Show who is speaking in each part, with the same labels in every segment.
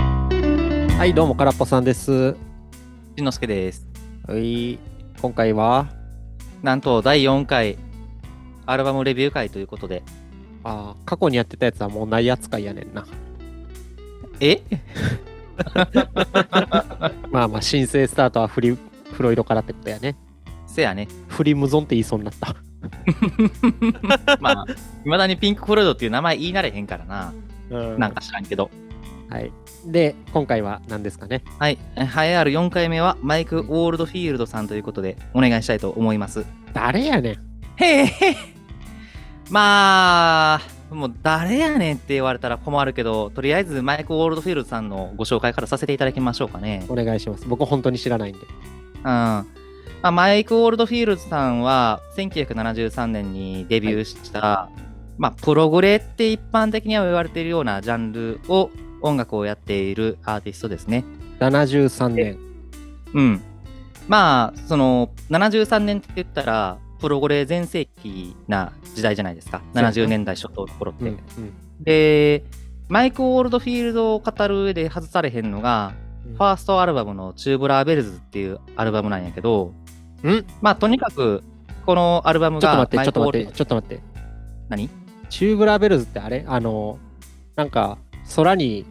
Speaker 1: はい、どうも、からっぽさんです。
Speaker 2: しんのすけです。
Speaker 1: はい、今回は、
Speaker 2: なんと第4回アルバムレビュー会ということで。
Speaker 1: あー過去にやってたやつはもうない扱いやねんな。
Speaker 2: え
Speaker 1: まあまあ、申請スタートはフリフロイドからってことやね。
Speaker 2: せやね。
Speaker 1: フリムゾンって言いそうになった。
Speaker 2: まあ、いまだにピンクフロイドっていう名前言い慣れへんからな。
Speaker 1: う
Speaker 2: なんか知らんけど。
Speaker 1: はい。で、今回は何ですかね。
Speaker 2: はい。え栄えある4回目はマイク・オールドフィールドさんということでお願いしたいと思います。
Speaker 1: 誰やねん。
Speaker 2: へえへえ。まあ、もう誰やねんって言われたら困るけど、とりあえずマイク・オールドフィールドさんのご紹介からさせていただきましょうかね。
Speaker 1: お願いします。僕、本当に知らないんで。
Speaker 2: うんまあ、マイク・オールドフィールズさんは1973年にデビューした、まあ、プログレって一般的には言われているようなジャンルを音楽をやっているアーティストですね。
Speaker 1: 73年。
Speaker 2: うん、まあその73年って言ったらプログレ全盛期な時代じゃないですか
Speaker 1: そうですね
Speaker 2: 70年代初頭の頃って。
Speaker 1: うん
Speaker 2: でマイク・オールドフィールドを語る上で外されへんのが、
Speaker 1: うん
Speaker 2: ファーストアルバムの「チューブラーベルズ」っていうアルバムなんやけど、
Speaker 1: うん
Speaker 2: まあとにかくこのアルバム
Speaker 1: ちょっと
Speaker 2: が
Speaker 1: 待って、ちょっと待っ
Speaker 2: マ
Speaker 1: て、
Speaker 2: イク
Speaker 1: ちょっと待って。
Speaker 2: 何
Speaker 1: チューブラーベルズってあれあの、なんか、空に、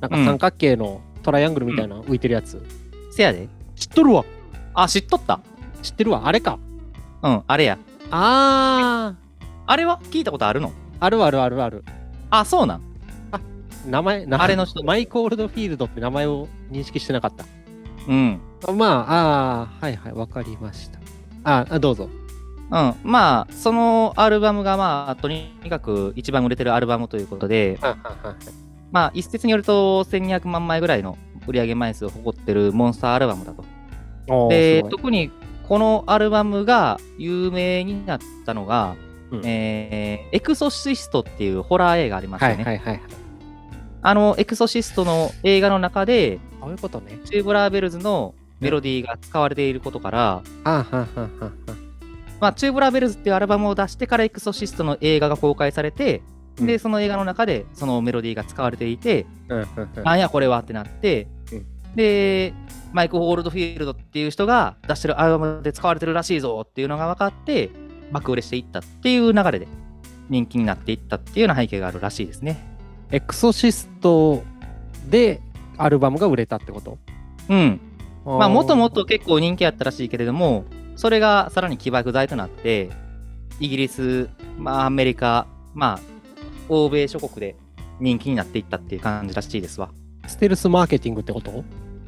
Speaker 1: なんか三角形のトライアングルみたいなの浮いてるやつ。
Speaker 2: せやで
Speaker 1: 知っとるわ。
Speaker 2: あ知っとった
Speaker 1: 知ってるわ。あれか。
Speaker 2: うんあれや
Speaker 1: あー。
Speaker 2: あれは聞いたことあるの
Speaker 1: あるあるあるある。
Speaker 2: あそうなん
Speaker 1: 名前、名前
Speaker 2: あれの人
Speaker 1: マイク・オールドフィールドって名前を認識してなかった。
Speaker 2: うん
Speaker 1: あまあ、あーはいはい、わかりました。ああ、どうぞ。
Speaker 2: うん、まあそのアルバムがまあとにかく一番売れてるアルバムということで、
Speaker 1: はいはいはい。
Speaker 2: まあ、一説によると1200万枚ぐらいの売り上げ枚数を誇ってるモンスターアルバムだと。
Speaker 1: おー
Speaker 2: です
Speaker 1: ごい
Speaker 2: 特にこのアルバムが有名になったのが、
Speaker 1: うん
Speaker 2: えーエクソシスト」っていうホラー映画ありますよ
Speaker 1: は
Speaker 2: ね。
Speaker 1: いはいはいはい。
Speaker 2: あのエクソシストの映画の中で
Speaker 1: そういうことね。
Speaker 2: チューブラーベルズのメロディーが使われていることから、
Speaker 1: あーはんはんはんはん
Speaker 2: まあ、チューブラーベルズっていうアルバムを出してからエクソシストの映画が公開されて、
Speaker 1: う
Speaker 2: で
Speaker 1: ん
Speaker 2: その映画の中でそのメロディーが使われていて、
Speaker 1: うんうんうん
Speaker 2: なんやこれはってなって、
Speaker 1: うん
Speaker 2: でマイク・ホールドフィールドっていう人が出してるアルバムで使われてるらしいぞっていうのが分かって爆売れしていったっていう流れで人気になっていったっていうような背景があるらしいですね
Speaker 1: エクソシストでアルバムが売れたってこと
Speaker 2: うんま
Speaker 1: ま
Speaker 2: あもともと結構人気あったらしいけれどもそれがさらに起爆剤となってイギリス、まあ、アメリカまあ欧米諸国で人気になっていったっていう感じらしいですわ
Speaker 1: ステルスマーケティングってこと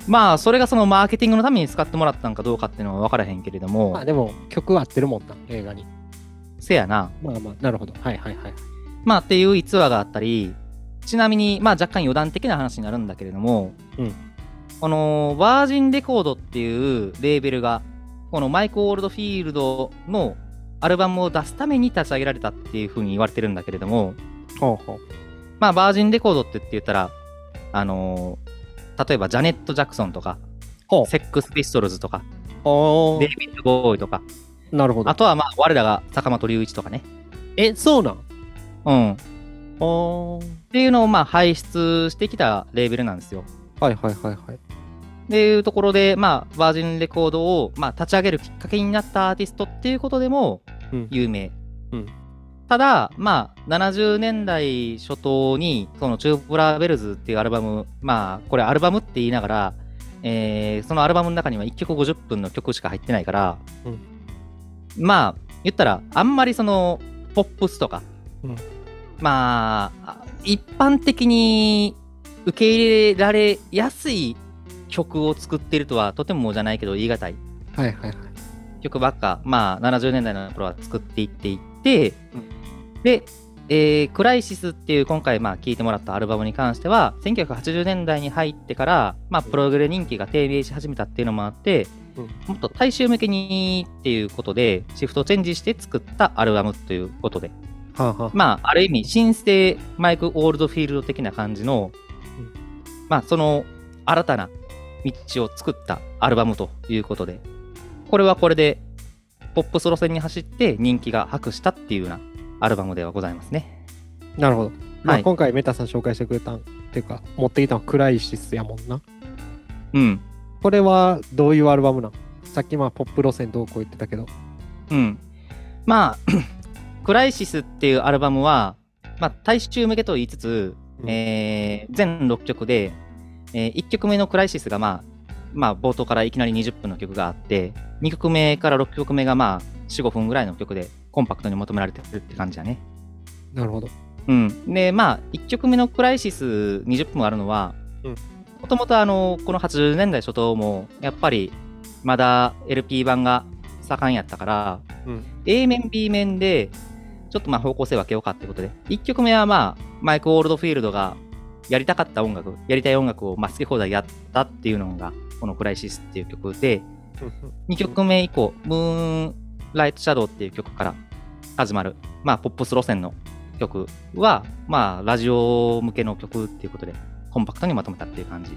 Speaker 2: まあそれがそのマーケティングのために使ってもらったのかどうかっていうのは分からへんけれども、
Speaker 1: まあでも曲合ってるもんな映画に
Speaker 2: せやな
Speaker 1: まあまあなるほどはいはいはい
Speaker 2: まあっていう逸話があったりちなみにまあ若干余談的な話になるんだけれども、
Speaker 1: うん
Speaker 2: このバージンレコードっていうレーベルがこのマイク・オールドフィールドのアルバムを出すために立ち上げられたっていうふうに言われてるんだけれども
Speaker 1: ほうほう
Speaker 2: まあバージンレコードってって言ったらあのー例えばジャネット・ジャクソンとか
Speaker 1: ほう
Speaker 2: セックス・ピストルズとか
Speaker 1: お
Speaker 2: デイビッド・ボーイとか
Speaker 1: なるほど
Speaker 2: あとはまあ我らが坂本龍一とかね
Speaker 1: えそうなん
Speaker 2: うんっ
Speaker 1: おー
Speaker 2: ていうのをまあ輩出してきたレーベルなんですよ
Speaker 1: はいはいはいはい
Speaker 2: っていうところで、まあ、バージンレコードを、まあ、立ち上げるきっかけになったアーティストっていうことでも
Speaker 1: うん
Speaker 2: 有名。
Speaker 1: うん
Speaker 2: ただ、まあ、70年代初頭に、そのチューブラーベルズっていうアルバム、まあ、これアルバムって言いながら、えーそのアルバムの中には1曲50分の曲しか入ってないから、
Speaker 1: うん
Speaker 2: まあ、言ったら、あんまりその、ポップスとか、
Speaker 1: うん
Speaker 2: まあ、一般的に受け入れられやすい曲を作っているとはとてもじゃないけど言い難い
Speaker 1: はいはいはい
Speaker 2: 曲ばっか、まあ、70年代の頃は作っていっていって、
Speaker 1: うん
Speaker 2: で、えークライシス」っていう今回まあ聴いてもらったアルバムに関しては1980年代に入ってから、まあ、プログレ人気が低迷し始めたっていうのもあって、
Speaker 1: うん
Speaker 2: もっと大衆向けにっていうことでシフトチェンジして作ったアルバムということで
Speaker 1: はあはあ
Speaker 2: まあ、ある意味、新生マイク・オールドフィールド的な感じの、
Speaker 1: うん
Speaker 2: まあ、その新たな道を作ったアルバムということで、これはこれで、ポップス路線に走って人気が博したっていうようなアルバムではございますね。
Speaker 1: なるほどま
Speaker 2: は
Speaker 1: あ
Speaker 2: い
Speaker 1: 今回メタさん紹介してくれたんっていうか持ってきたのはクライシスやもんな
Speaker 2: うん。
Speaker 1: これはどういうアルバムなんさっきまあポップ路線どうこう言ってたけど。
Speaker 2: うん。まあ、クライシスっていうアルバムは、まあ、大衆向けと言いつつ、
Speaker 1: うん
Speaker 2: えー全6曲で、え1曲目のクライシスが、まあ、まあ、冒頭からいきなり20分の曲があって、2曲目から6曲目が、まあ、4、5分ぐらいの曲で、コンパクトに求められてるって感じだね。
Speaker 1: なるほど。
Speaker 2: うん、でまあ1曲目の「クライシス」20分あるのは
Speaker 1: うん
Speaker 2: もともとあのこの80年代初頭もやっぱりまだ LP 版が盛んやったから、
Speaker 1: うん
Speaker 2: A 面 B 面でちょっとまあ方向性分けようかってことで1曲目はまあマイク・オールドフィールドがやりたかった音楽やりたい音楽をまあ好き放題やったっていうのがこの「クライシス」っていう曲で2曲目以降「ムーンライト・シャドウ」っていう曲から始まる、まあ、ポップス路線の曲は、まあ、ラジオ向けの曲っていうことで、コンパクトにまとめたっていう感じ。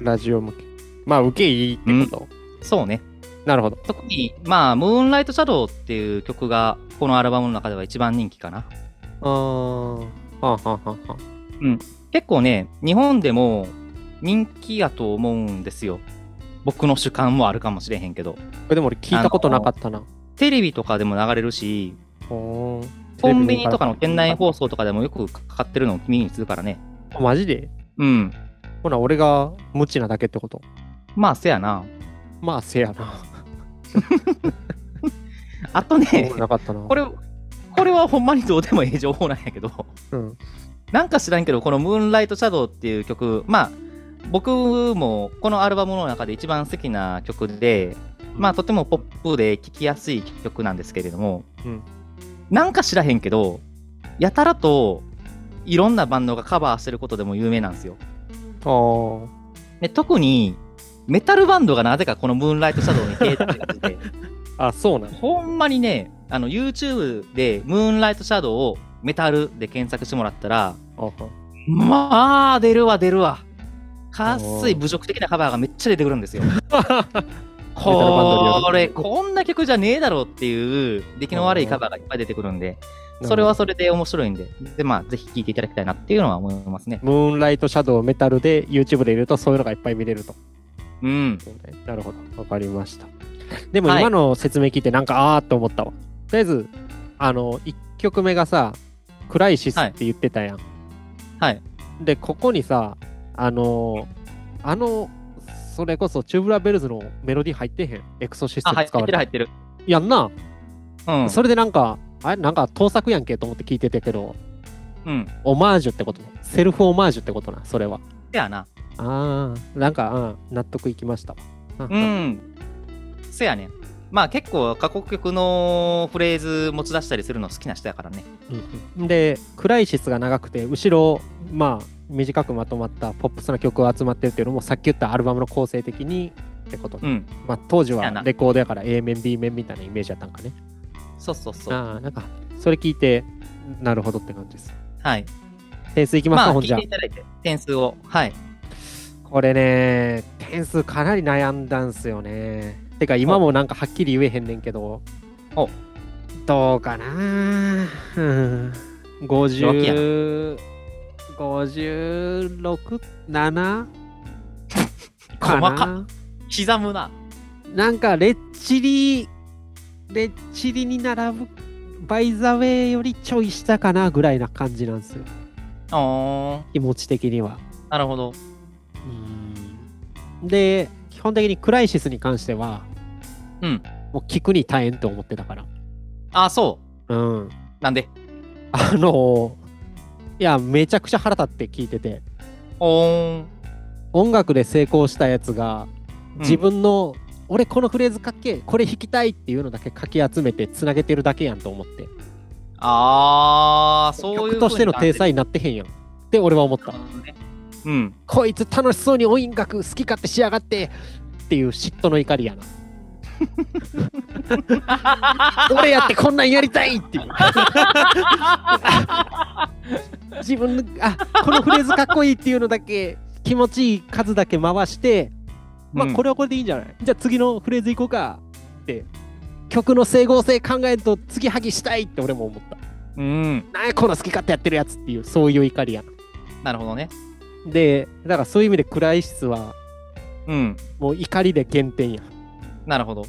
Speaker 1: ラジオ向け。まあ、受けいいってこと。
Speaker 2: そうね。
Speaker 1: なるほど。
Speaker 2: 特に、まあ、ムーンライト・シャドウっていう曲が、このアルバムの中では一番人気かな。
Speaker 1: あーはあ、はあはあはあ、
Speaker 2: 結構ね、日本でも人気やと思うんですよ。僕の主観もあるかもしれへんけど。
Speaker 1: これでも俺聞いたことなかったな。
Speaker 2: テレビとかでも流れるし、
Speaker 1: おー
Speaker 2: コンビニとかの店内放送とかでもよくかかってるのを耳にするからね。
Speaker 1: マジで
Speaker 2: うん。
Speaker 1: ほな、俺が無知なだけってこと。
Speaker 2: まあ、せやな。
Speaker 1: まあ、せや な。
Speaker 2: あとね、
Speaker 1: なかったな。
Speaker 2: これ、これはほんまにどうでもいい情報なんやけど、
Speaker 1: うん。
Speaker 2: なんか知らんけど、このムーンライトシャドウっていう曲、まあ、僕もこのアルバムの中で一番好きな曲で、まあ、とてもポップで聴きやすい曲なんですけれども、
Speaker 1: うん
Speaker 2: なんか知らへんけど、やたらといろんなバンドがカバーしてることでも有名なんですよ。
Speaker 1: あー
Speaker 2: で特に、メタルバンドがなぜかこのムーンライトシャドウに手をつけてて、
Speaker 1: あ、そうなん。
Speaker 2: ほんまにね、あの YouTube でムーンライトシャドウをメタルで検索してもらったら、
Speaker 1: あは
Speaker 2: まあ、出るわ、出るわ。かっすい侮辱的なカバーがめっちゃ出てくるんで すよ。これ、こんな曲じゃねえだろうっていう、出来の悪いカバーがいっぱい出てくるんで、それはそれで面白いんで、で、まあ、ぜひ聴いていただきたいなっていうのは思いますね。
Speaker 1: ムーンライトシャドウメタルで YouTube で入れるとそういうのがいっぱい見れると。
Speaker 2: うん。
Speaker 1: なるほど。わかりました。でも
Speaker 2: はい
Speaker 1: 今の説明聞いてなんかあーって思ったわ。とりあえず、あの、1曲目がさ、クライシスって言ってたやん。
Speaker 2: はい。
Speaker 1: で、ここにさ、あのーあの、それこそチューブラベルズのメロディー入ってへん。エクソシス
Speaker 2: あ、
Speaker 1: ト
Speaker 2: 入
Speaker 1: に
Speaker 2: っ
Speaker 1: 使われ
Speaker 2: てる、
Speaker 1: た。
Speaker 2: 入ってる。
Speaker 1: やんな、
Speaker 2: うん。
Speaker 1: それでなんか、あれなんか盗作やんけと思って聞いてたけど、
Speaker 2: うん。
Speaker 1: オマージュってことね。セルフオマージュってことな、それは。
Speaker 2: せやな。
Speaker 1: ああ、なんか、うん、納得いきましたわ。
Speaker 2: うん。せやね。まあ、結構、過去曲のフレーズ持ち出したりするの好きな人やからね。
Speaker 1: うんで、クライシスが長くて、後ろ、まあ、短くまとまったポップスな曲が集まってるっていうのも、さっき言ったアルバムの構成的にってことね、
Speaker 2: うん。
Speaker 1: まあ、当時
Speaker 2: そうや
Speaker 1: は
Speaker 2: な
Speaker 1: レコードやから A 面、B 面みたいなイメージだったんかね。
Speaker 2: そうそうそう。
Speaker 1: ああ、なんか、それ聞いて、なるほどって感じです。
Speaker 2: はい。
Speaker 1: 点数いきますか、
Speaker 2: まあ、
Speaker 1: ほんじ
Speaker 2: 聞い
Speaker 1: ゃ
Speaker 2: て。いただいて、点数を。はい。
Speaker 1: これね、点数かなり悩んだんすよね。てか、今もなんかはっきり言えへんねんけど
Speaker 2: お、
Speaker 1: どうかな うん
Speaker 2: 弱気やな
Speaker 1: 50… 56、7? か
Speaker 2: 細か
Speaker 1: な
Speaker 2: 刻むな。
Speaker 1: なんか、レッチリ、レッチリに並ぶ、バイザウェイよりちょい下かなぐらいな感じなんですよ。
Speaker 2: おー、
Speaker 1: 気持ち的には。
Speaker 2: なるほど。
Speaker 1: で、基本的にクライシスに関しては、
Speaker 2: うん。
Speaker 1: もう聞くに耐えんと思ってたから。
Speaker 2: あ、そ
Speaker 1: うん。
Speaker 2: う。なんで。
Speaker 1: あのーいや、めちゃくちゃ腹立って聞いてて、
Speaker 2: おーん。
Speaker 1: 音楽で成功したやつが、自分の、俺このフレーズかっけえ、これ弾きたいっていうのだけかき集めて、つなげてるだけやんと思って。
Speaker 2: あー、そういう
Speaker 1: 曲としての体裁になってへんやん。って俺は思った。
Speaker 2: ね。うん。
Speaker 1: こいつ楽しそうに音楽好き勝手しやがってっていう嫉妬の怒りやな。俺やってこんなんやりたいっていう。自分のあこのフレーズかっこいいっていうのだけ気持ちいい数だけ回して、まあこ
Speaker 2: れ。
Speaker 1: れはこれでいいんじゃない、じゃあ次のフレーズいこうかって曲の整合性考えると継ぎはぎしたいって俺も思った。
Speaker 2: うん。
Speaker 1: なんやこの好き勝手やってるやつっていうそういう怒りやな。
Speaker 2: なるほどね。
Speaker 1: でだからそういう意味でクライシスは
Speaker 2: うん。
Speaker 1: もう怒りで減点や
Speaker 2: なるほど。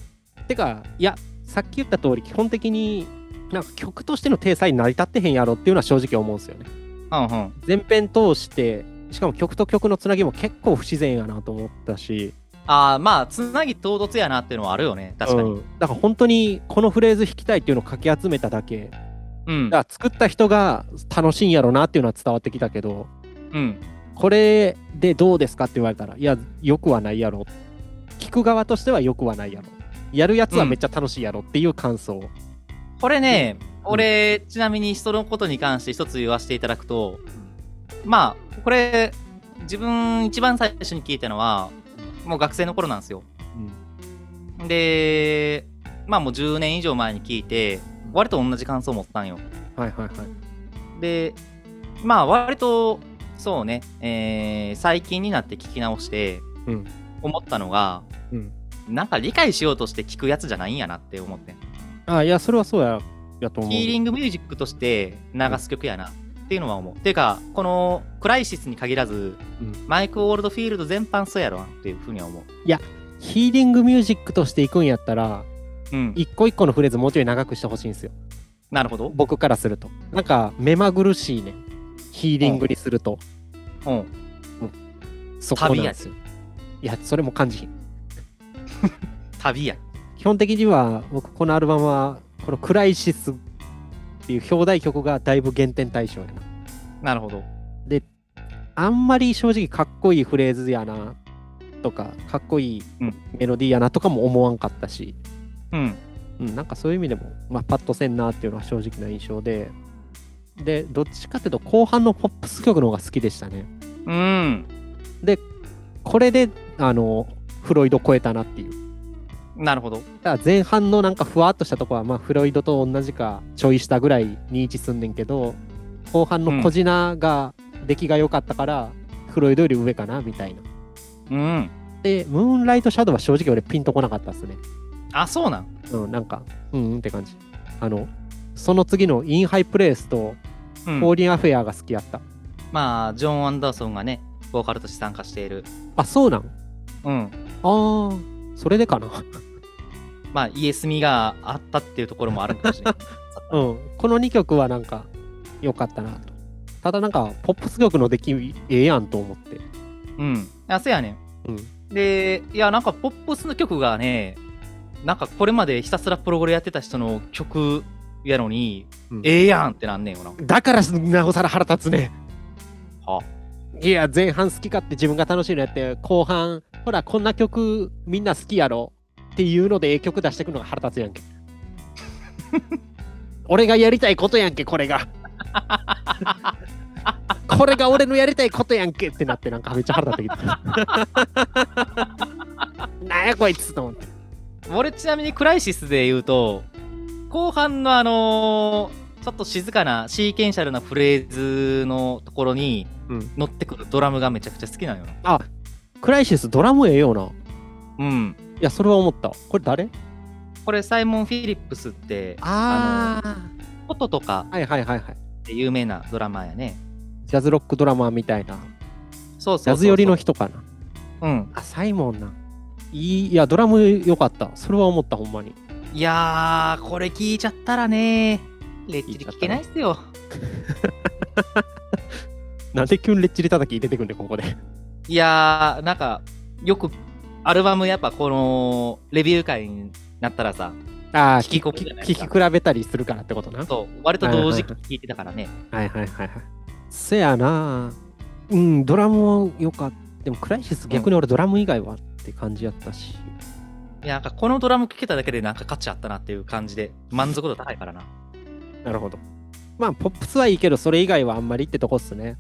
Speaker 1: てかいやさっき言った通り基本的になんか曲としての体裁成り立ってへんやろっていうのは正直思うんですよね
Speaker 2: うんうん。
Speaker 1: 前編通してしかも曲と曲のつなぎも結構不自然やなと思ったし
Speaker 2: ああ、まあ、つなぎ唐突やなっていうのはあるよね。確
Speaker 1: う
Speaker 2: かに。
Speaker 1: んだから本当にこのフレーズ弾きたいっていうのをかき集めただけ
Speaker 2: うん。
Speaker 1: だから作った人が楽しいんやろなっていうのは伝わってきたけど
Speaker 2: うん。
Speaker 1: これでどうですかって言われたらいやよくはないやろ聞く側としてはよくはないやろやるやつはめっちゃ楽しいやろっていう感想、
Speaker 2: これね、
Speaker 1: うん
Speaker 2: 俺、ちなみにそのことに関して一つ言わせていただくと、まあ、これ、自分一番最初に聞いたのは、もう学生の頃なんですよ。で、まあもう10年以上前に聞いて、割と同じ感想を持ったんよ。
Speaker 1: はいはいはい
Speaker 2: で、まあ割と、そうね、えー最近になって聞き直して
Speaker 1: うん、
Speaker 2: 思ったのが、
Speaker 1: うん
Speaker 2: なんか理解しようとして聞くやつじゃないんやなって思ってん。
Speaker 1: あいやそれはそうややと思う
Speaker 2: ヒーリングミュージックとして流す曲やなっていうのは思う。ていうか、このクライシスに限らず、
Speaker 1: うん
Speaker 2: マイク・オールドフィールド全般そうやろなっていうふうには思う。
Speaker 1: ヒーリングミュージックとしていくんやったら
Speaker 2: うん。
Speaker 1: 一個一個のフレーズもうちょい長くしてほしいんですよ
Speaker 2: なるほど。
Speaker 1: 僕からするとなんか目まぐるしいねヒーリングにすると、
Speaker 2: うん。
Speaker 1: そこなんですよいやそれも感じひん
Speaker 2: 旅や。
Speaker 1: 基本的には僕このアルバムはこの「クライシス」っていう表題曲がだいぶ減点対象やな
Speaker 2: なるほど。
Speaker 1: あんまり正直かっこいいフレーズやなとかかっこいい
Speaker 2: うん
Speaker 1: メロディーやなとかも思わんかったし、
Speaker 2: うん。
Speaker 1: うん、なんかそういう意味でも、まあ、パッとせんなっていうのは正直な印象ででどっちかっていうと後半のポップス曲の方が好きでしたね
Speaker 2: うん。
Speaker 1: これであのフロイド超えたなっていう
Speaker 2: なるほど。
Speaker 1: だから前半のなんかふわっとしたとこは、まあ、フロイドと同じかちょい下ぐらいに位置すんねんけど後半の小品が出来が良かったから、フロイドより上かなみたいな
Speaker 2: うん。
Speaker 1: で、ムーンライトシャドウは正直俺ピンとこなかったですね。
Speaker 2: あ、そうなん。
Speaker 1: うん、なんか、うんうんって感じ。あの、その次のインハイプレイスと
Speaker 2: う
Speaker 1: フォー
Speaker 2: ん、
Speaker 1: リンアフェアが好きやった。
Speaker 2: まあ、ジョン・アンダーソンがね、ボーカルとして参加している。
Speaker 1: あ、そうなん
Speaker 2: うん。
Speaker 1: あー、それでかな。
Speaker 2: まあ、イエスミがあったっていうところもあるかもし れない。
Speaker 1: うん、この2曲はなんか良かったなと。ただなんか、ポップス曲の出来ええやんと思って。
Speaker 2: うん。あ、そうやねん。
Speaker 1: うん。
Speaker 2: で、いや、なんかポップスの曲がね、なんかこれまでひたすらプログレやってた人の曲やのに、
Speaker 1: うん
Speaker 2: ええやんってなんねんよな。
Speaker 1: だからなおさら腹立つね。
Speaker 2: はい
Speaker 1: や、前半好き勝手自分が楽しいのやって、後半、ほら、こんな曲みんな好きやろっていうので、ええ曲出してくのが腹立つやん け。俺がやりたいことやんけ、これが。これが俺のやりたいことやんけってなって、なんかめっちゃ腹立ってきた。 なんやこいつと思って。
Speaker 2: 俺ちなみにクライシスで言うと、後半のあのーちょっと静かなシーケンシャルなフレーズのところに
Speaker 1: うん
Speaker 2: 乗ってくるドラムがめちゃくちゃ好きなのよな。
Speaker 1: クライシス、ドラムええよな。い
Speaker 2: うん。
Speaker 1: や、それは思った。これ誰
Speaker 2: これサイモン・フィリップスって、
Speaker 1: あ
Speaker 2: あの、フォトとか
Speaker 1: ー。はいはいはいはい。
Speaker 2: で有名なドラマーやね。
Speaker 1: ジャズロックドラマーみたいな。
Speaker 2: そうそうそう
Speaker 1: ジャズ寄りの。人かな。
Speaker 2: うん。
Speaker 1: あ、サイモンな。いい、いや、ドラム良かった。それは思った、ほんまに。
Speaker 2: いやー、これ聞いちゃったらね、レッチリ聞けないっすよ。
Speaker 1: なんでキュンレッチリ叩き出てくんで、ここで。
Speaker 2: いやー、なんか、よく、アルバムやっぱこの、レビュー会になったらさ、
Speaker 1: ああ、
Speaker 2: 聞
Speaker 1: 聞
Speaker 2: き込む
Speaker 1: き
Speaker 2: じゃない
Speaker 1: 聞き比べたりするからってことな。
Speaker 2: そう、割と同時期聞いてたからね。
Speaker 1: はいはいはいはい。せやなうん、ドラムは良かった。でも、クライシス、逆に俺、ドラム以外はって感じやったし。
Speaker 2: いや、なんかこのドラム聞けただけでなんか価値あったなっていう感じで、満足度高いからな。
Speaker 1: なるほど。まあ、ポップスはいいけど、それ以外はあんまりってとこっすね。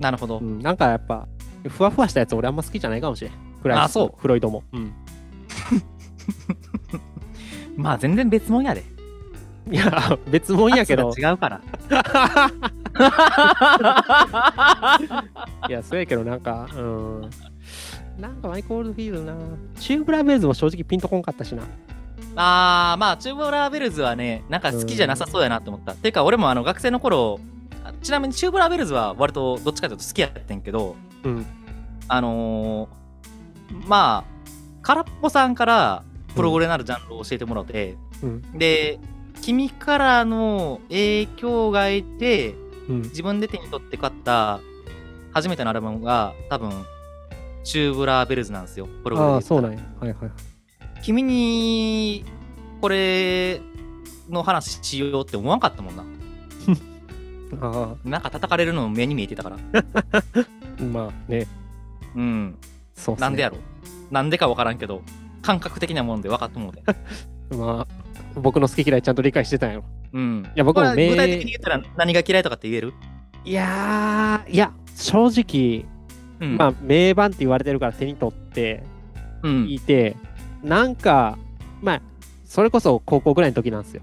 Speaker 2: なるほど
Speaker 1: う。ん、なんかやっぱ、ふわふわしたやつ、俺あんま好きじゃないかもしれん。クライシス
Speaker 2: あそう
Speaker 1: フロイドも。 うん。
Speaker 2: まあ全然別物やで。
Speaker 1: いや、別もんやけど。
Speaker 2: 違うから。
Speaker 1: いや、そうやけど、なんか、うん。なんかマイク・オールドフィールドな。チューブラベルズも正直ピンとこんかったしな。
Speaker 2: あー、まあ、チューブラーベルズはね、なんか好きじゃなさそうやなって思った。ていうか、俺もあの学生の頃、あちなみにチューブラーベルズは割とどっちかというと好きやってんけど、
Speaker 1: うん。
Speaker 2: あのーまあ空っぽさんからプログレなるジャンルを教えてもらって、
Speaker 1: うん
Speaker 2: で君からの影響がいて
Speaker 1: うん
Speaker 2: 自分で手に取って買った初めてのアルバムが多分チューブラーベルズなんですよプログレ
Speaker 1: あ
Speaker 2: で言
Speaker 1: あ
Speaker 2: った
Speaker 1: そう
Speaker 2: ら
Speaker 1: なんやはいはい
Speaker 2: 君にこれの話しようって思わんかったもんな
Speaker 1: あ
Speaker 2: なんか叩かれるの目に見えてたから
Speaker 1: あまあね
Speaker 2: うん
Speaker 1: そうっすね
Speaker 2: なんでやろなんでかわからんけど感覚的なもんで分かったもんで
Speaker 1: まあ僕の好き嫌いちゃんと理解してたんやろ
Speaker 2: うん
Speaker 1: いや僕も
Speaker 2: これは
Speaker 1: め
Speaker 2: 具体的に言ったら何が嫌いとかって言える
Speaker 1: いやーいや正直、
Speaker 2: うん
Speaker 1: まあ名盤って言われてるから手に取って
Speaker 2: うん
Speaker 1: いて、なんかまあそれこそ高校ぐらいの時なんですよ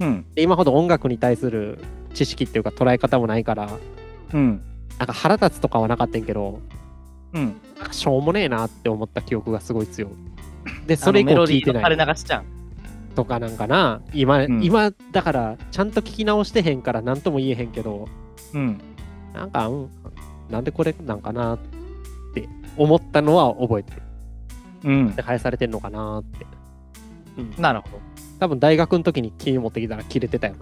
Speaker 2: うん
Speaker 1: で今ほど音楽に対する知識っていうか捉え方もないから
Speaker 2: うん
Speaker 1: なんか腹立つとかはなかったんやけど
Speaker 2: うん
Speaker 1: なんかしょうもねえなって思った記憶がすごい強いでそ
Speaker 2: そ
Speaker 1: れ
Speaker 2: れ
Speaker 1: 以
Speaker 2: メ
Speaker 1: 降
Speaker 2: ロ
Speaker 1: 聞
Speaker 2: デ
Speaker 1: い
Speaker 2: ィ
Speaker 1: て
Speaker 2: ーの
Speaker 1: な
Speaker 2: 垂
Speaker 1: い
Speaker 2: れ流しちゃん
Speaker 1: とかなんかな今、
Speaker 2: うん
Speaker 1: 今だからちゃんと聞き直してへんから何とも言えへんけど
Speaker 2: うん
Speaker 1: なんか、うん、なんでこれなんかなって思ったのは覚えてる。
Speaker 2: うん
Speaker 1: で、返されてんのかなって。
Speaker 2: なるほど
Speaker 1: 多分大学の時に金持ってきたら切れてたよな。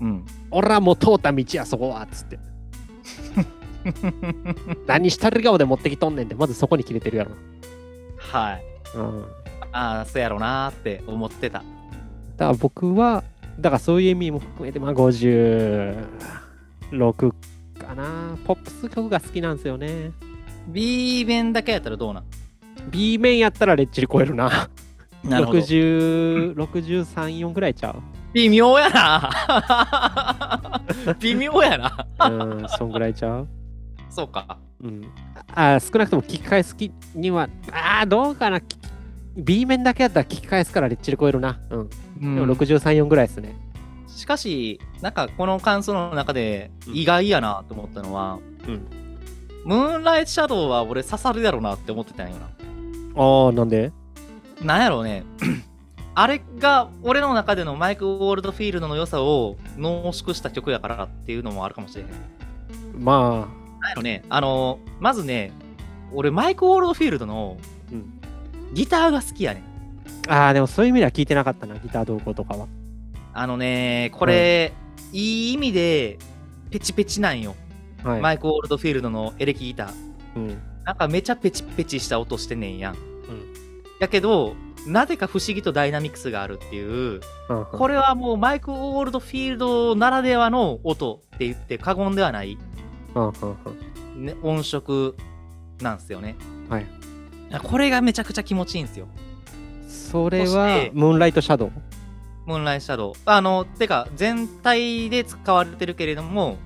Speaker 2: うん
Speaker 1: 俺はもう通った道やそこはっつっ て。何したる顔で持ってきとんねんって、まずそこに切れてるやろ
Speaker 2: はい
Speaker 1: な。うん。
Speaker 2: ああそうやろなーって思ってた
Speaker 1: だから僕は、だからそういう意味も含めて、まあ56かな。ポップス曲が好きなんですよね。
Speaker 2: B 面だけやったらどうなん
Speaker 1: B 面やったらレッチリ超えるな。
Speaker 2: なるほど
Speaker 1: 60 63、4ぐらいちゃう
Speaker 2: 微妙やな 微妙やな
Speaker 1: うん、そんぐらいちゃう。
Speaker 2: そうか
Speaker 1: うん。あ少なくとも聞き返すきには、ああ、どうかな。き B 面だけやったら聞き返すからレッチリ超えるな。うん。でも63、4ぐらいですね。
Speaker 2: しかしなんかこの感想の中で意外やなと思ったのは、
Speaker 1: うん
Speaker 2: ムーンライトシャドウは俺刺さるやろなって思ってたんよな
Speaker 1: ああ、なんで
Speaker 2: なんやろうね あれが俺の中でのマイク・ウォールドフィールドの良さを濃縮した曲やからっていうのもあるかもしれへんなん
Speaker 1: ま
Speaker 2: やろねあのまずね俺マイク・ウォールドフィールドの
Speaker 1: うん
Speaker 2: ギターが好きやねん
Speaker 1: あ、ああ、でもそういう意味では聞いてなかったな、ギター動向とかは。
Speaker 2: あのねこれ、いい意味でペチペチなんよ、
Speaker 1: はい。
Speaker 2: マイク・ウォールドフィールドのエレキギター
Speaker 1: うん、
Speaker 2: なんかめちゃペチペチした音してねんやん。
Speaker 1: ん
Speaker 2: やけど、なぜか不思議とダイナミクスがあるっていう、
Speaker 1: うん
Speaker 2: これはもうマイク・オールドフィールドならではの音って言って過言ではない、
Speaker 1: うんうんうん
Speaker 2: ね、音色なんですよね。
Speaker 1: はい。
Speaker 2: これがめちゃくちゃ気持ちいいんですよ。
Speaker 1: それ
Speaker 2: そ
Speaker 1: は
Speaker 2: して、
Speaker 1: ムーンライトシャドウ。
Speaker 2: ムーンライトシャドウ。あの、てか、全体で使われてるけれども、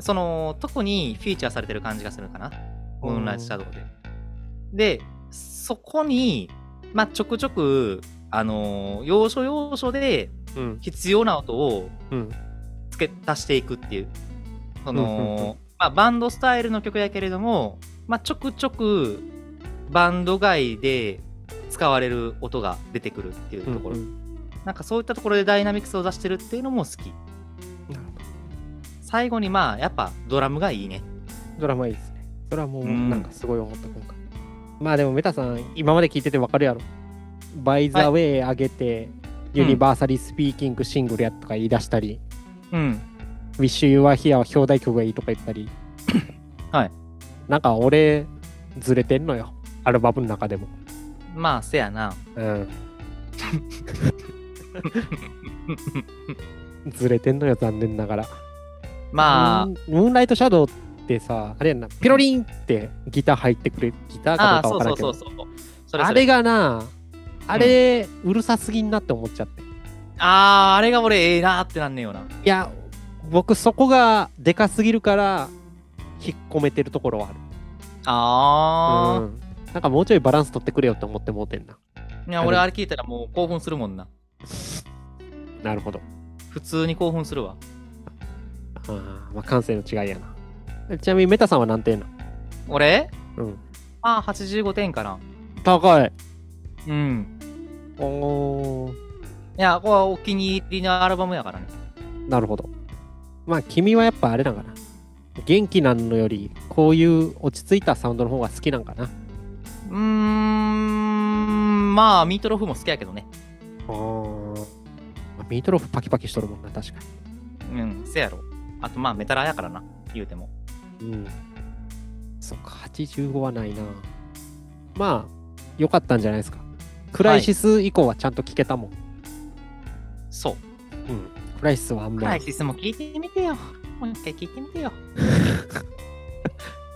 Speaker 2: その、特にフィーチャーされてる感じがするかな。ムーンライトシャドウで。で、そこに、まあ、ちょくちょく、あのー要所要所で
Speaker 1: うん。
Speaker 2: 必要な音を
Speaker 1: うん。
Speaker 2: 付け足していくっていう。そ
Speaker 1: うんうんう
Speaker 2: の、まあ、バンドスタイルの曲やけれども、まあ、ちょくちょく、バンド外で使われる音が出てくるっていうところ。なんかそういったところでダイナミクスを出してるっていうのも好き。
Speaker 1: なるほ
Speaker 2: 最後にまあやっぱドラムがいいね。
Speaker 1: ドラマいいですね。それはもう
Speaker 2: うん
Speaker 1: なんかすごい思った今回。まあでもメタさん、今まで聞いててわかるやろ。バイザウェイ上げて、ユニバーサリースピーキングシングルやとか言い出したり、
Speaker 2: うん。
Speaker 1: ウィッシュ・ユア・ヒアは表題曲がいいとか言ったり。
Speaker 2: はい。
Speaker 1: なんか俺、ずれてんのよ。アルバムの中でも。
Speaker 2: まあせやな。
Speaker 1: うん。ずれてんのよ、残念ながら。
Speaker 2: ま
Speaker 1: ムーンムーンライトシャドウってさ、あれやんな、ピロリンってギター入ってくれる、ギター
Speaker 2: あ、あ
Speaker 1: かど
Speaker 2: あ
Speaker 1: うか
Speaker 2: そ
Speaker 1: わ
Speaker 2: う
Speaker 1: からん
Speaker 2: そう
Speaker 1: け
Speaker 2: そ
Speaker 1: ど
Speaker 2: う、そう。それ
Speaker 1: あ
Speaker 2: そ
Speaker 1: れ
Speaker 2: れ
Speaker 1: がな、あれ、うるさすぎんなって思っちゃって。い
Speaker 2: あああれが俺ええなってなんねんよな。
Speaker 1: や、僕そこがでかすぎるから、引っ込めてるところはあ
Speaker 2: あ
Speaker 1: る。うん。なんかもうちょいバランス取ってくれよって思ってもうてんな。
Speaker 2: あ、いや俺あれ聞いたらもう興奮するもんな。
Speaker 1: なるほど。
Speaker 2: 普通に興奮するわ。
Speaker 1: あーまあ、感性の違いやな。ちなみにメタさんは何点な
Speaker 2: 俺
Speaker 1: うん。
Speaker 2: まあ85点かな。
Speaker 1: 高い。
Speaker 2: うん。
Speaker 1: おー
Speaker 2: いや、これはお気に入りのアルバムやからね。
Speaker 1: なるほど。まあ、君はやっぱあれなんかな。元気なのより、こういう落ち着いたサウンドの方が好きなんかな。
Speaker 2: うーん、まあ、ミートローフも好きやけどね。
Speaker 1: あーミートローフパキパキしとるもんな、確か
Speaker 2: うん、せやろ。あと、まあ、メタラーやからな、言うても。
Speaker 1: に。うん。そっか、85はないな。まあ、良かったんじゃないですか。クライシス以降はちゃんと聞けたもん。
Speaker 2: そう。
Speaker 1: うん。クライシスはあん
Speaker 2: ク
Speaker 1: ま
Speaker 2: ライ
Speaker 1: り。
Speaker 2: シスも聞いてみてよ。もう一回聞いてみてよ。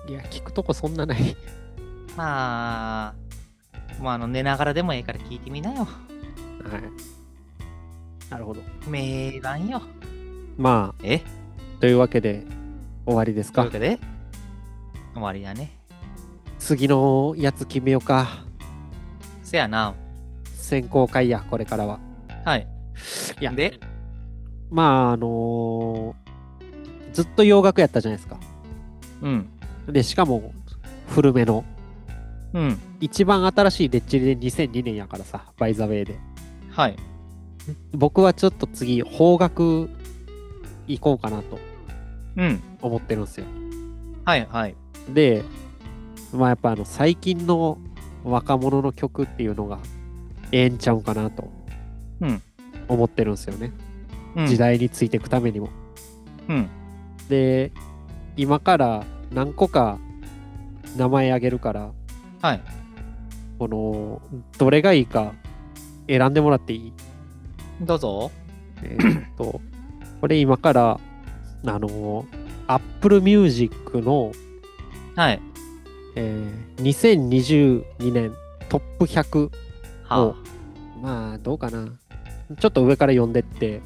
Speaker 1: いや、聞くとこそんなない。
Speaker 2: まあ、まあ、あの寝ながらでもええから聞いてみなよ。
Speaker 1: はい。なるほど。
Speaker 2: 名盤よ。
Speaker 1: ま
Speaker 2: え
Speaker 1: あ、というわけで、終わりです
Speaker 2: とい
Speaker 1: か
Speaker 2: うわ。けで、終わりだね。
Speaker 1: 次のやつ決めようか。
Speaker 2: せやな。
Speaker 1: 選考会や、これからは。
Speaker 2: はい。
Speaker 1: いや
Speaker 2: で、
Speaker 1: まあ、あのーずっと洋楽やったじゃないですか。
Speaker 2: うん。
Speaker 1: で、しかも、古めの。
Speaker 2: うん。
Speaker 1: 一番新しいレッチリで2002年やからさ、バイザウェイで。
Speaker 2: はい。
Speaker 1: 僕はちょっと次、邦楽行こうかなと
Speaker 2: うん。
Speaker 1: 思ってるんですよ。
Speaker 2: はいはい。
Speaker 1: で、まあやっぱあの、最近の若者の曲っていうのが、ええんちゃうかなと
Speaker 2: うん。
Speaker 1: 思ってるんですよね。
Speaker 2: うん、
Speaker 1: 時。代についていくためにも。
Speaker 2: うん。
Speaker 1: で、今から何個か名前あげるから、
Speaker 2: はい。
Speaker 1: この、どれがいいか選んでもらっていい
Speaker 2: どうぞ。
Speaker 1: えーっ と、これ今から、あの、Apple Music の、
Speaker 2: はい。
Speaker 1: えー2022年トップ100、
Speaker 2: は
Speaker 1: まあ、どうかな。ちょっと上から読んでって、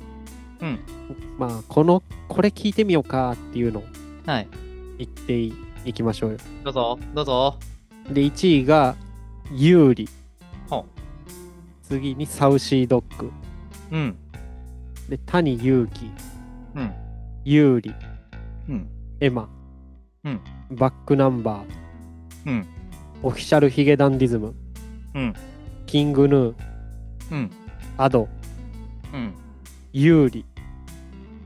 Speaker 2: うん
Speaker 1: まあ、この、これ聞いてみようかっていうのを
Speaker 2: あ。はい。
Speaker 1: 言っていいきましょうよ。
Speaker 2: どうぞ。どうぞ。
Speaker 1: で、1位が、有利。
Speaker 2: ほ
Speaker 1: 次に、サウシードッグ。
Speaker 2: う。うん。
Speaker 1: で、谷祐希、
Speaker 2: うん。
Speaker 1: 有利、
Speaker 2: うん。
Speaker 1: エマ、
Speaker 2: うん
Speaker 1: バックナンバー、
Speaker 2: うん。
Speaker 1: オフィシャルヒゲダンディズム、
Speaker 2: うん。
Speaker 1: キングヌー、
Speaker 2: うん。
Speaker 1: アド、
Speaker 2: うん。
Speaker 1: ユーリ、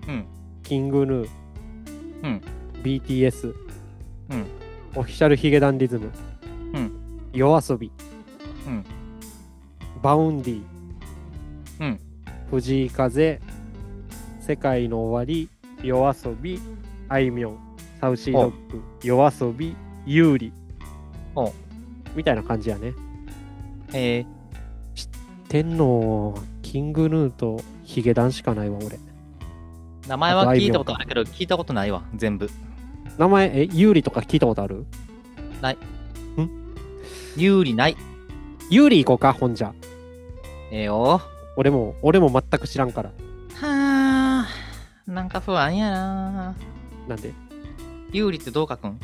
Speaker 2: うん。
Speaker 1: キングヌー、
Speaker 2: うん。
Speaker 1: BTS、
Speaker 2: うん。
Speaker 1: オフィシャルヒゲダンディズム、
Speaker 2: うん。
Speaker 1: 夜遊び、
Speaker 2: うん。
Speaker 1: バウンディ、
Speaker 2: うん。
Speaker 1: 藤井風、世界の終わり、夜遊び、あいみょん、サウシードッグ、夜遊び、ユーリ
Speaker 2: ほう。
Speaker 1: みたいな感じやね。
Speaker 2: えー、
Speaker 1: 天皇、キングヌーとヒゲダンしかないわ、俺。
Speaker 2: 名前は聞いたことあるけど、聞いたことないわ、全部。
Speaker 1: 名前、え、ユーリとか聞いたことある
Speaker 2: 有利ない。
Speaker 1: ユーリ行こうか、ほんじゃ。
Speaker 2: ええよ。
Speaker 1: 俺も、俺も全く知らんから。
Speaker 2: はあ、なんか不安やな。
Speaker 1: なんで。
Speaker 2: 有利ってどう書くん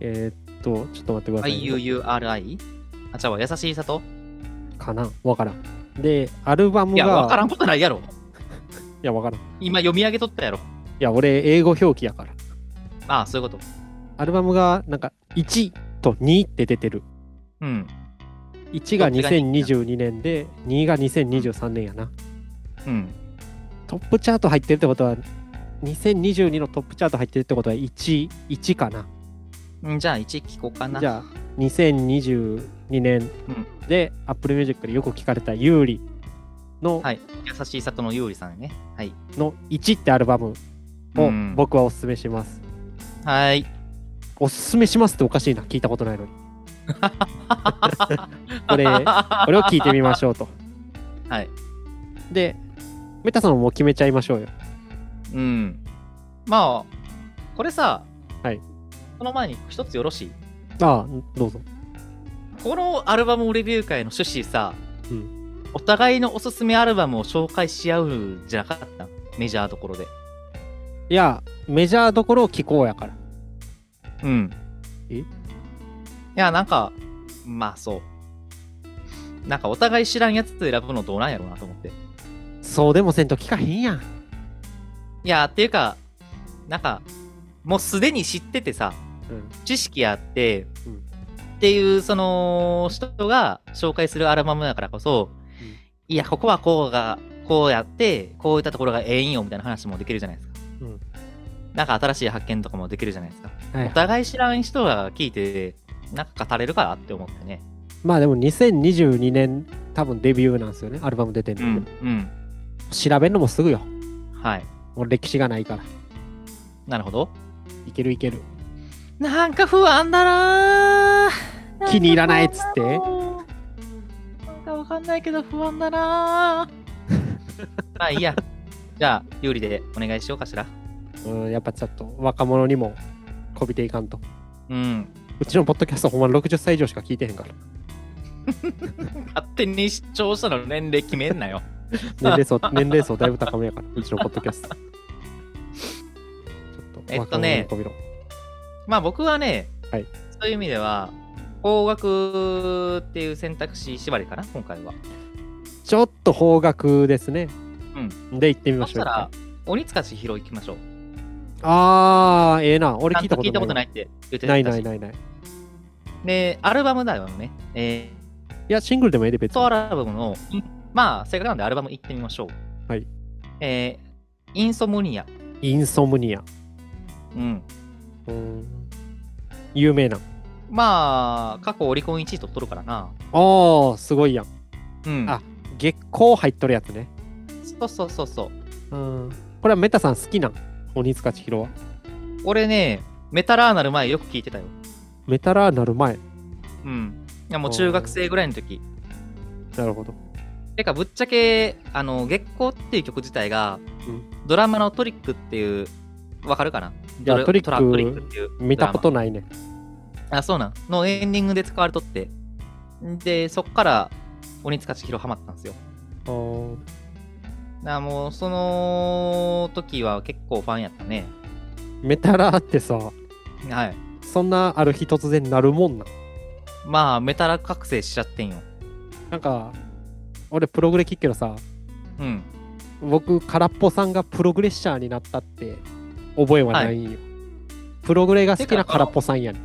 Speaker 1: えーっと、ちょっと待ってください、ね。
Speaker 2: ?IUURI? あ、ちゃうわ、優しい里
Speaker 1: かなわからん。で、アルバム
Speaker 2: い
Speaker 1: が。
Speaker 2: や、わからんことないやろ。
Speaker 1: いや、わからん。い
Speaker 2: 今読み上げとったやろ。
Speaker 1: や、俺、英語表記やから。
Speaker 2: ああ、そういうこと。
Speaker 1: アルバムが、なんか、1と2って出てる。
Speaker 2: うん。
Speaker 1: 1が
Speaker 2: どっちが人気
Speaker 1: 2022年で、2が2023年やな。
Speaker 2: うん。
Speaker 1: トップチャート入ってるってことは、2022のトップチャート入ってるってことは1、1かな。
Speaker 2: んじゃあ、1聞こうかな。
Speaker 1: じゃあ、2022年で、Apple Music でよく聞かれたユーリの、
Speaker 2: はい。優しい里の有利さんね。はい。
Speaker 1: の1ってアルバム
Speaker 2: う
Speaker 1: を
Speaker 2: ん
Speaker 1: 僕はおすすめします。
Speaker 2: はい。
Speaker 1: おすすめしますっておかしいな、聞いたことないのに。 これこれを聞いてみましょうと。
Speaker 2: はい。
Speaker 1: で、メタさんも決めちゃいましょうよ。
Speaker 2: うん。まあ、これさ、
Speaker 1: はい。
Speaker 2: その前に一つよろしい
Speaker 1: ああ、どうぞ。
Speaker 2: このアルバムレビュー会の趣旨さ、
Speaker 1: う
Speaker 2: お互いのおすすめアルバムを紹介し合うじゃなかったメジャーどころで。
Speaker 1: いや、メジャーどころを聞こうやから。
Speaker 2: うん。
Speaker 1: え
Speaker 2: いや、なんか、まあそう。なんかお互い知らんやつ選ぶのどうなんやろうなと思って。
Speaker 1: そうでもせんと聞かへんやん。
Speaker 2: いや、っていうか、なんか、もうすでに知っててさ、
Speaker 1: うん
Speaker 2: 知識あって、
Speaker 1: うん
Speaker 2: っていうその人が紹介するアルバムだからこそ、
Speaker 1: うん
Speaker 2: いやここはこうがこうやってこういったところがええんよみたいな話もできるじゃないですか、
Speaker 1: うん
Speaker 2: なんか新しい発見とかもできるじゃないですか、
Speaker 1: はい
Speaker 2: お互い知らん人が聞いてなんか語れるからって思ってね
Speaker 1: まあでも2022年多分デビューなんですよねアルバム出てる
Speaker 2: う
Speaker 1: の、
Speaker 2: ん、うん。
Speaker 1: 調べるのもすぐよ
Speaker 2: はい。
Speaker 1: もう歴史がないから
Speaker 2: なるほど。
Speaker 1: いけるいける
Speaker 2: なんか不安だなぁ
Speaker 1: 気に入らないっつって
Speaker 2: なんかわかんないけど不安だなぁまあいいや。じゃあ、有利でお願いしようかしら。
Speaker 1: うんやっぱちょっと若者にもこびていかんと
Speaker 2: うん。
Speaker 1: うちのポッドキャストほんま60歳以上しか聞いてへんから
Speaker 2: 勝手に視聴者の年齢決めん なよ。
Speaker 1: 年齢 層年齢層だいぶ高めやからうちのポッドキャストちょっと
Speaker 2: えっと
Speaker 1: 若者
Speaker 2: ね
Speaker 1: にこびろ
Speaker 2: まあ僕はね、
Speaker 1: はい
Speaker 2: そういう意味では、工学っていう選択肢縛りかな、今回は。
Speaker 1: ちょっと方角ですねで行ってみ
Speaker 2: そ
Speaker 1: ま
Speaker 2: し
Speaker 1: しょう
Speaker 2: たら、鬼塚千尋行きましょう。
Speaker 1: あーええな俺聞いたことない
Speaker 2: 聞いたことないって言ってたし
Speaker 1: ないないないないい
Speaker 2: で、アルバムだよね。えー
Speaker 1: やシングルでもええで別
Speaker 2: ソ
Speaker 1: に
Speaker 2: アルバムの、まあ、せっかくなんでアルバム行ってみましょう。
Speaker 1: はい。
Speaker 2: えーインソムニア。
Speaker 1: インソムニア
Speaker 2: うん。
Speaker 1: うん有名な
Speaker 2: まあ、過去オリコン1位取っとるからな。
Speaker 1: ああすごいやん
Speaker 2: うん。
Speaker 1: あ月光入っとるやつね
Speaker 2: そうそうそうそう。
Speaker 1: うんこれはメタさん好きなん鬼塚千尋は
Speaker 2: 俺ね、メタラーなる前よく聞いてたよ。
Speaker 1: メタラーなる前
Speaker 2: うん。いやもう中学生ぐらいの時。
Speaker 1: なるほど
Speaker 2: てか、ぶっちゃけ、あの、月光っていう曲自体が、
Speaker 1: うん
Speaker 2: ドラマのトリックっていう、わかるかな
Speaker 1: や
Speaker 2: ドラ
Speaker 1: トリック
Speaker 2: トラトリックっていう。
Speaker 1: 見たことないね
Speaker 2: あ、そうなん。のエンディングで使われとって。で、そっから、鬼塚千尋ハマったんですよ。
Speaker 1: あー
Speaker 2: なあもうその時は結構ファンやったね。
Speaker 1: メタラーってさ
Speaker 2: はい。
Speaker 1: そんなある日突然なるもんなん
Speaker 2: まあメタラ覚醒しちゃってんよ。
Speaker 1: なんか俺プログレ聞くけどさ
Speaker 2: うん。
Speaker 1: 僕空っぽさんがプログレッシャーになったって覚えはないんよ、プログレが好きな空っぽさんやねん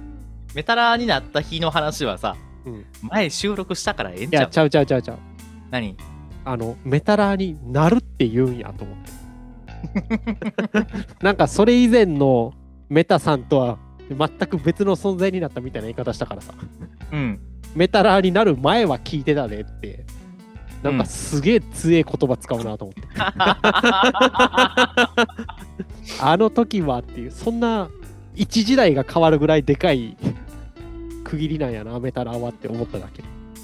Speaker 2: メタラになった日の話はさ、
Speaker 1: うん
Speaker 2: 前収録したからええん
Speaker 1: い
Speaker 2: ちゃ
Speaker 1: や
Speaker 2: う
Speaker 1: ちゃうちゃうちゃうちゃう
Speaker 2: 何
Speaker 1: あのメタラーになるって言うんやと思って なんかそれ以前のメタさんとは全く別の存在になったみたいな言い方したからさ
Speaker 2: うん。
Speaker 1: メタラーになる前は聞いてたねってなんかすげえ強え言葉使うなと思 って、あの時はっていうそんな一時代が変わるぐらいでかい区切りなんやなメタラーはって思っただけ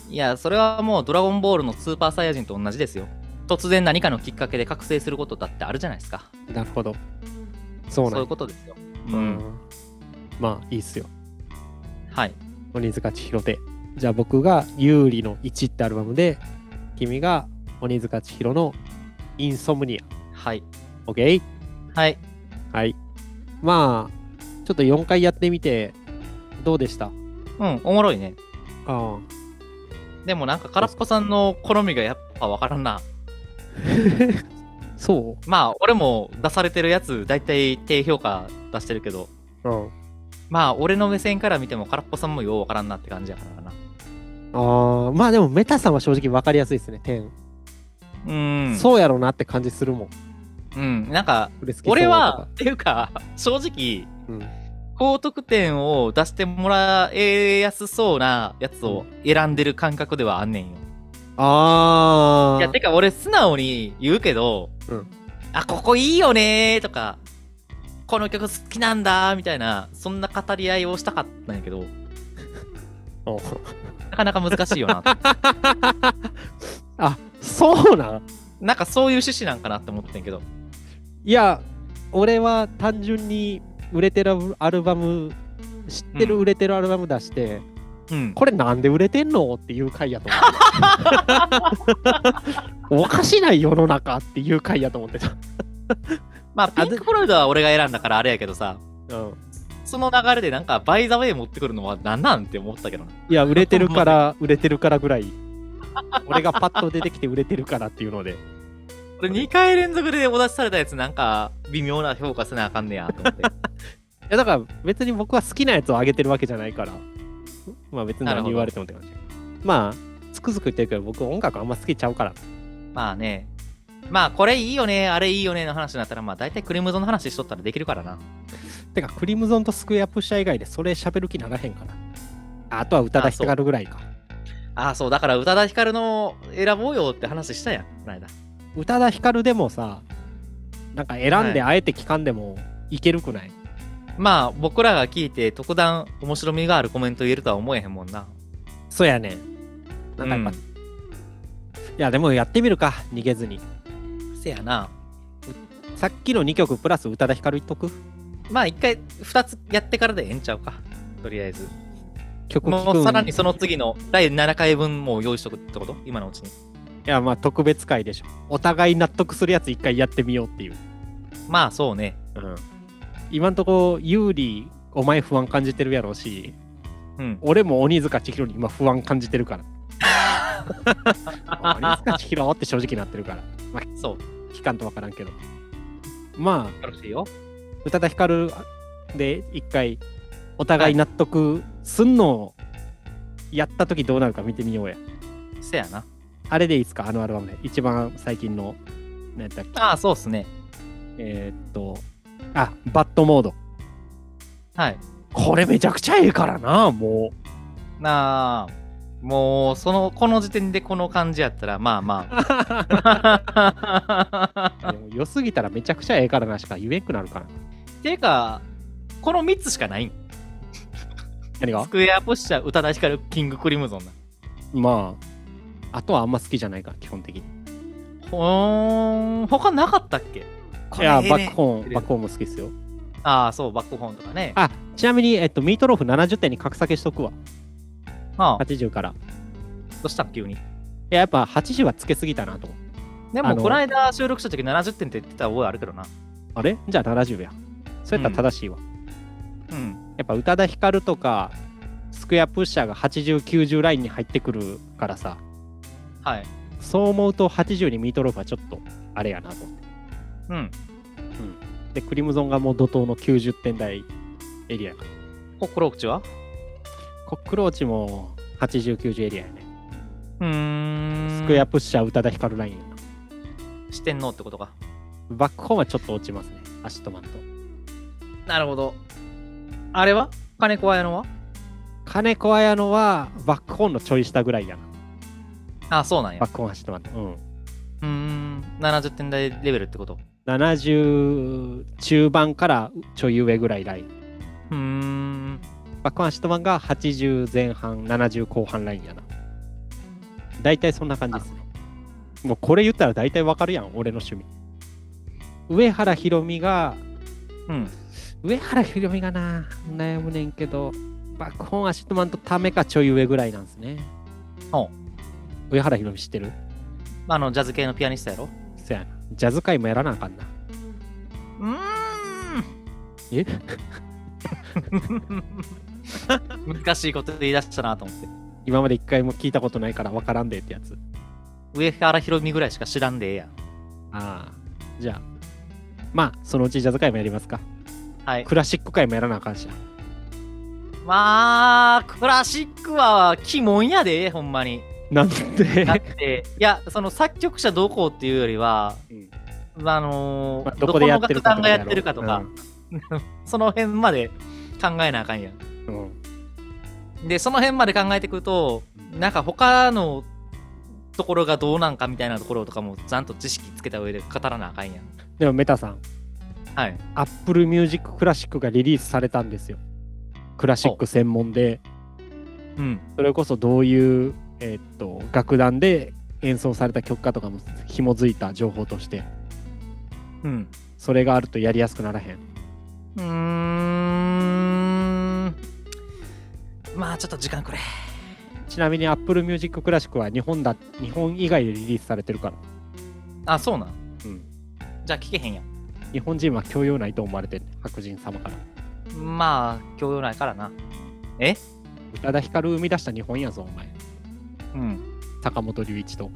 Speaker 2: いや、それはもうドラゴンボールのスーパーサイヤ人と同じですよ。突然何かのきっかけで覚醒することだってあるじゃないですか。
Speaker 1: なるほどそう
Speaker 2: そ
Speaker 1: な
Speaker 2: うい
Speaker 1: ん
Speaker 2: うことですよ。
Speaker 1: う
Speaker 2: うんん。
Speaker 1: まあいいっすよ
Speaker 2: はい。
Speaker 1: 鬼塚千尋でじゃあ僕が「有利の1」ってアルバムで君が鬼塚千尋の「インソムニ
Speaker 2: はい。
Speaker 1: ア」OK?
Speaker 2: はい。
Speaker 1: はいまあちょっと4回やってみてどうでした
Speaker 2: うん、おもろいね。
Speaker 1: あ
Speaker 2: でもなんか空っぽさんの好みがやっぱわからんな。
Speaker 1: そ
Speaker 2: まあ俺も出されてるやつ大体低評価出してるけど
Speaker 1: ううん
Speaker 2: まあ俺の目線から見ても空っぽさんもようわからんなって感じやからな
Speaker 1: あーまあでもメタさんは正直分かりやすいですね点、
Speaker 2: うーん
Speaker 1: そうやろうなって感じするもん
Speaker 2: うんなんか
Speaker 1: これ好きそう
Speaker 2: 俺
Speaker 1: と
Speaker 2: は
Speaker 1: か
Speaker 2: っていうか正直
Speaker 1: うん
Speaker 2: 高得点を出してもらえやすそうなやつを選んでる感覚ではあんねんよ、
Speaker 1: あ
Speaker 2: いや
Speaker 1: ー
Speaker 2: てか俺素直に言うけど、
Speaker 1: うん
Speaker 2: あここいいよねーとかこの曲好きなんだーみたいなそんな語り合いをしたかったんやけど
Speaker 1: お
Speaker 2: なかなか難しい よなって
Speaker 1: あそうなん
Speaker 2: なんかそういう趣旨なんかなって思ってんけど。
Speaker 1: いや、俺は単純に売れてるアルバム、知ってる
Speaker 2: うん
Speaker 1: 売れてるアルバム出して、
Speaker 2: うん。
Speaker 1: これなんで売れてんのっていう回やと 思って。おかしない世の中っていう回やと思ってた。
Speaker 2: まあ、ピ
Speaker 1: あ
Speaker 2: ン
Speaker 1: で
Speaker 2: ク・フロイドは俺が選んだからあれやけどさ、
Speaker 1: うん、
Speaker 2: その流れでなんか、バイ・ザ・ウェイ持ってくるのは何なんって思ったけどな。
Speaker 1: いや、売れてるから、売れてるからぐらい。俺がパッと出てきて売れてるからっていうので。
Speaker 2: 俺2回連続でお出しされたやつなんか、微妙な評価せなあかんねやと思って。
Speaker 1: いやだから別に僕は好きなやつをあげてるわけじゃないから、まあ別に
Speaker 2: なる
Speaker 1: 何
Speaker 2: ほど
Speaker 1: 言われてもって感じ。まあ、つくづく言ってるけど、僕音楽あんま好きちゃうから。
Speaker 2: まあね。まあ、これいいよね、あれいいよねの話になったら、まあ大体クリムゾンの話しとったらできるからな。
Speaker 1: てか、クリムゾンとスクエアプッシャー以外でそれ喋る気ならへんから。あとは歌田ヒカルぐらいか。
Speaker 2: ああ、そう、だから宇多田ヒカルの選ぼうよって話したやん、この間。
Speaker 1: 宇多田ヒカルでもさなんか選んであえて聞かんでもいけるくない、
Speaker 2: まあ、僕らが聞いて特段面白みがあるコメント言えるとは思えへんもんな。
Speaker 1: そうやねんなんかやっぱ、
Speaker 2: う
Speaker 1: いやでもやってみるか逃げずに
Speaker 2: せやな。
Speaker 1: さっきの2曲プラス宇多田ヒカル言っとく
Speaker 2: まあ、一回、二つやってからでええんちゃうか。とりあえず。
Speaker 1: 曲聞
Speaker 2: も
Speaker 1: くん
Speaker 2: うさらにその次の第7回分もう用意しとくってこと今のうちに。
Speaker 1: いやまあ特別会でしょお互い納得するやつ一回やってみようっていう、
Speaker 2: まあ、そうね。
Speaker 1: 今んとこ有利お前不安感じてるやろうし
Speaker 2: うん。
Speaker 1: 俺も鬼塚千尋に今不安感じてる から鬼塚千尋って正直なってるからまあ
Speaker 2: そう。
Speaker 1: 聞かんとわからんけどまあ
Speaker 2: 楽しいよ。
Speaker 1: 宇多田ヒカルで一回お互い納得すんのをやった時どうなるか見てみようや
Speaker 2: せやな。
Speaker 1: あれでいいですかあのアルバムで一番最近の何やったっけ
Speaker 2: ああ、そうっすね。
Speaker 1: えーっと、あ、バッドモード。
Speaker 2: はい。
Speaker 1: これめちゃくちゃええからな、 も
Speaker 2: なあ、もう、その、この時点でこの感じやったら、まあまあ。
Speaker 1: う。でも良すぎたらめちゃくちゃええからなしか言えんくなるから。
Speaker 2: ていうか、この3つしかないん。
Speaker 1: 何が
Speaker 2: スクエアポッシャー、宇多田ヒカル、キングクリムゾンな。
Speaker 1: まあ、あとはあんま好きじゃないから、基本的に。
Speaker 2: ほーん、他なかったっけ
Speaker 1: いや、バック
Speaker 2: ホ
Speaker 1: ホーン、バックホーンも好きですよ。
Speaker 2: ーン。ああ、そう、バックホーンとかね。
Speaker 1: あ、ちなみに、えっと、ミートローフ70点に格下げしとくわ。
Speaker 2: ああ、ど
Speaker 1: 80から。いう
Speaker 2: したん急に。
Speaker 1: や、やっぱ80はつけすぎたなと思う。
Speaker 2: で
Speaker 1: あ
Speaker 2: も、
Speaker 1: の
Speaker 2: この間収録した時70点って言ってた覚えあるけどな。
Speaker 1: あれじゃあ70や。そうやったら正しいわ。
Speaker 2: うん。
Speaker 1: やっぱ宇多田ヒカルとか、スクエアプッシャーが80、90ラインに入ってくるからさ。
Speaker 2: はい。
Speaker 1: そう思うと80にミートローフはちょっとあれやなと思って。
Speaker 2: うん。
Speaker 1: で、クリムゾンがもう怒涛の90点台エリアやから。
Speaker 2: コックロークチは
Speaker 1: コックローチも80、90エリアやね。
Speaker 2: うーん。
Speaker 1: スクエアプッシャー、宇多田ヒカルラインやな。
Speaker 2: 四天王ってことか。
Speaker 1: バックホーンはちょっと落ちますね。アシットマンと。
Speaker 2: なるほど。あれは金子綾乃は
Speaker 1: 金子綾乃はバックホーンのちょい下ぐらいやな。
Speaker 2: ああ、そうなんや
Speaker 1: バッ。クホーン、アシットマンと。うん。
Speaker 2: うーん。70点台レベルってこと。
Speaker 1: 70中盤からちょい上ぐらいライン。
Speaker 2: うーん。
Speaker 1: バックホーン、アシットマンが80前半、70後半ラインやな。大体そんな感じですね。もうこれ言ったら大体わかるやん、俺の趣味。上原ひろみが、
Speaker 2: うん。
Speaker 1: 上原ひろみがな、悩むねんけど、バックホーンアシットマンとためかちょい上ぐらいなんですね。
Speaker 2: お
Speaker 1: 上原ひろみ知ってる
Speaker 2: あの、ジャズ系のピアニストやろ
Speaker 1: そやな。ジャズ界もやらなあかんな。
Speaker 2: うーん。
Speaker 1: え
Speaker 2: 難しいこと言い出したなと思って。
Speaker 1: 今まで一回も聞いたことないからわからんでってやつ。
Speaker 2: 上原ひろみぐらいしか知らんでええやん。
Speaker 1: ああ。じゃあ、まあ、そのうちジャズ界もやりますか。
Speaker 2: はい。
Speaker 1: クラシック界もやらなあかんしな。
Speaker 2: まあ、クラシックは鬼門やで、ほんまに。
Speaker 1: なん
Speaker 2: だっ
Speaker 1: で、
Speaker 2: て、いや、その作曲者どうこうっていうよりは、あのー
Speaker 1: まあどこでやってるか
Speaker 2: ど
Speaker 1: とか
Speaker 2: この楽団が
Speaker 1: や
Speaker 2: や
Speaker 1: ろう
Speaker 2: ってるかとか、 その辺まで考えなあかんや
Speaker 1: うんうん
Speaker 2: ん。で、その辺まで考えてくると、なんか他のところがどうなんかみたいなところとかも、ちゃんと知識つけた上で語らなあかんやん。
Speaker 1: でもメタさん、
Speaker 2: はい。
Speaker 1: Apple Music クラシックがリリースされたんですよ。クラシック専門で、
Speaker 2: うん。
Speaker 1: それこそどういう、えーっと楽団で演奏された曲かとかも紐づいた情報として、
Speaker 2: うん。
Speaker 1: それがあるとやりやすくならへん。
Speaker 2: うーん。まあ、ちょっと時間くれ。
Speaker 1: ちなみに Apple Music クラシックは日本だ日本以外でリリースされてるから、
Speaker 2: あ、そうなん。
Speaker 1: うん
Speaker 2: じゃあ聞けへんやん。
Speaker 1: 日本人は教養ないと思われてんね白人様から。
Speaker 2: まあ、教養ないからな。え
Speaker 1: 宇多田ヒカル生み出した日本やぞ、お前。
Speaker 2: うん。
Speaker 1: 坂本龍一と。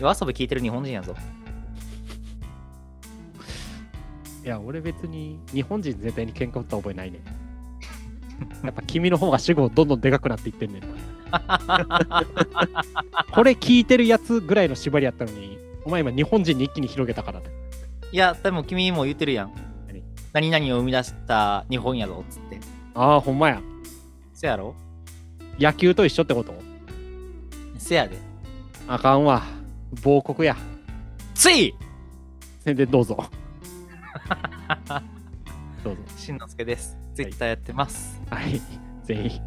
Speaker 2: 夜遊び聞いてる日本人やぞ。
Speaker 1: いや、俺別に日本人全体に喧嘩売った覚えないねん。やっぱ君の方が主語どんどんでかくなっていってんねん。これ聞いてるやつぐらいの縛りやったのに、お前今日本人に一気に広げたからね。
Speaker 2: いや、でも君も言ってるやん。何々を生み出した日本やぞ、つって。
Speaker 1: ああ、ほんまや。
Speaker 2: そやろ
Speaker 1: 野球と一緒ってこと
Speaker 2: せやで。
Speaker 1: あかんわ。亡国や。
Speaker 2: つい
Speaker 1: 宣伝どうぞ。どうぞ。
Speaker 2: しんのすけです。ツイッターやってます。
Speaker 1: はい。ぜひ